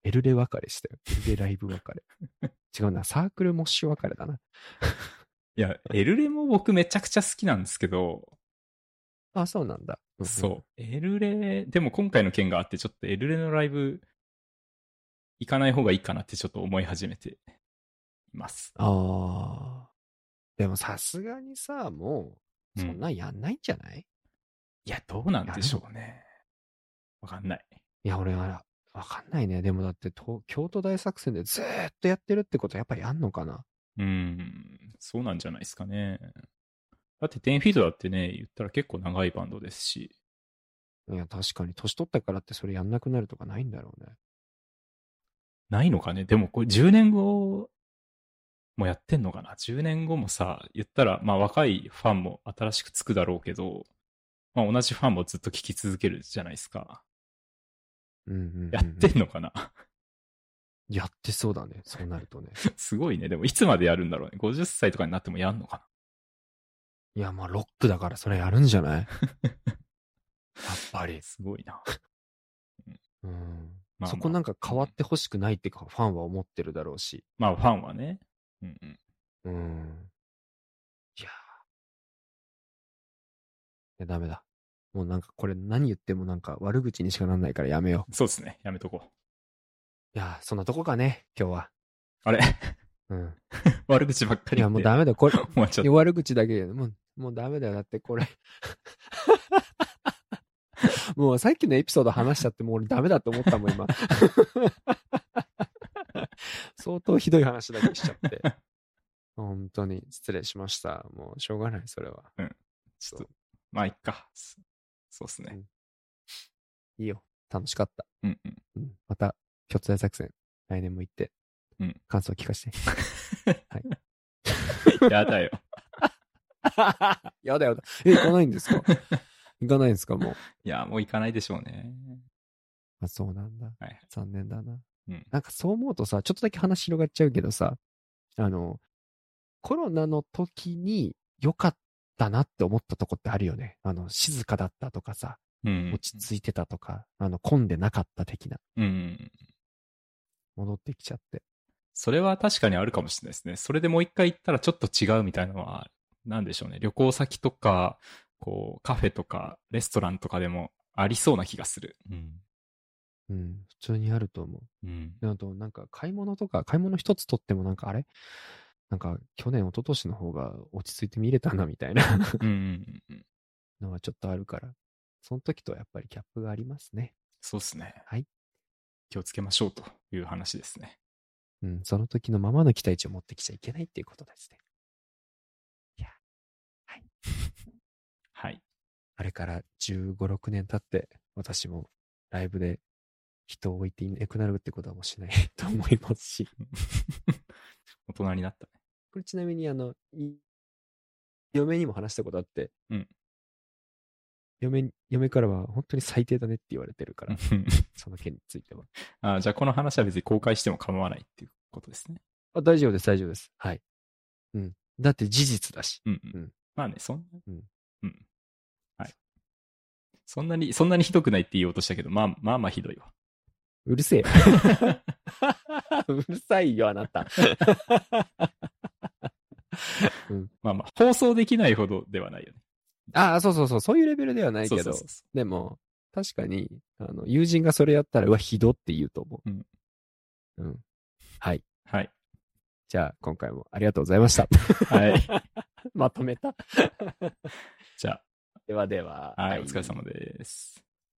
エルレ別れしたよ。エルレライブ別 (laughs) れ。違うな、サークルモッシュ別れだな。いや、エルレも僕めちゃくちゃ好きなんですけど、あ、そうなんだ。うんうんそう。エルレ、でも今回の件があって、ちょっとエルレのライブ行かない方がいいかなってちょっと思い始めています。ああ。でもさすがにさ、もう、うんそんなんやんないんじゃない、いや、どうなんでしょうね。わかんない。いや、俺は、わかんないね。でもだって、東京都大作戦でずーっとやってるってことはやっぱりやんのかなうん、そうなんじゃないですかね。だって10フィートだってね、言ったら結構長いバンドですし、いや、確かに、年取ったからってそれやんなくなるとかないんだろうね。ないのかね。でもこれ10年後もやってんのかな。10年後もさ、言ったら、まあ若いファンも新しくつくだろうけど、まあ同じファンもずっと聴き続けるじゃないですか。うんうんうんうんやってんのかな。 (laughs) やってそうだね。そうなるとね。すごいね。でも、いつまでやるんだろうね。50歳とかになってもやんのかいや、まあ、ロックだからそれやるんじゃない (laughs) やっぱりな。。すごいな。うんまあそこなんか変わってほしくないってか、ファンは思ってるだろうし。まあ、ファンはね。うんうん。うん。いやー。いや、ダメだ。もうなんかこれ何言ってもなんか悪口にしかなんないからやめよそうですね。やめとこう。う。いやー、そんなとこかね、今日は。あれ (laughs) うん。悪口ばっかいり言や、って。もうダメだよ、これ。終わっ (laughs) ちゃっいや悪口だけで、もう、もうダメだよ。だってこれ。 (laughs) もうさっきのエピソード話しちゃって、もう俺ダメだと思ったもん、今。 (laughs) 相当ひどい話だけしちゃって。本当に失礼しました。もうしょうがない、それは。た。ちょっと、まあ、いっか。そそうですね。いいよ。楽しかった。うんうん。うん、また、京都大作戦、来年も行って、うん感想聞かせて。 (laughs) やだよ。やだやだ。え、行かないんです (laughs) か行かないんですか、もう。いや、もう行かないでしょうね。あ、そうなんだ。はいはい残念だな。うんなんかそう思うとさ、ちょっとだけ話広がっちゃうけどさ、あの、コロナの時に良かったなって思ったとこってあるよね。あの、静かだったとかさ、うん落。ち着いてたとか、あの、混んでなかった的な、うんうん。戻ってきちゃって。それは確かにあるかもしれないですね。それでもう一回行ったらちょっと違うみたいなのは、なんでしょうね。旅行先とか、こう、カフェとか、レストランとかでもありそうな気がする。うん。うん、普通にあると思う。うん。であと、なんか買い物とか、買い物一つ取ってもなんかあれなんか去年、一昨年の方が落ち着いて見れたなみたいなうんうんうんうん。のはちょっとあるから、その時とはやっぱりギャップがありますね。そうですね。はい。気をつけましょうという話ですね。うん、その時のままの期待値を持ってきちゃいけないっていうことですね。はい。あれから15、6年経って、私もライブで人を置いていなくなるってことはもうしないと思いますし。大人になったね。 (laughs) これちなみに、あの、い嫁にも話したことあって、うん嫁に、嫁からは本当に最低だねって言われてるから、うんその件については。あじゃあ、この話は別に公開しても構わないっていうことですね。あ、大丈夫です、大丈夫です。はい。うん。だって事実だし。うん、ううんん。まあね、そんな、うんうん。はい。そんなに、そんなにひどくないって言おうとしたけど、まあまあまあひ (laughs) どいわ。うるせえ。 (laughs) うるさいよ、あなた。まあまあ、放送できないほどではないよね。 (laughs) ああ、そうそうそう、そういうレベルではないけど、そうそうそでも、確かに、あの、友人がそれやったら、うわ、ひどって言うと思う。うん。うん。はい。う。はい。じゃあ、今回もありがとうございました。 (laughs) はい。まとめた。じゃではでは。あ、はい、お疲れ様です。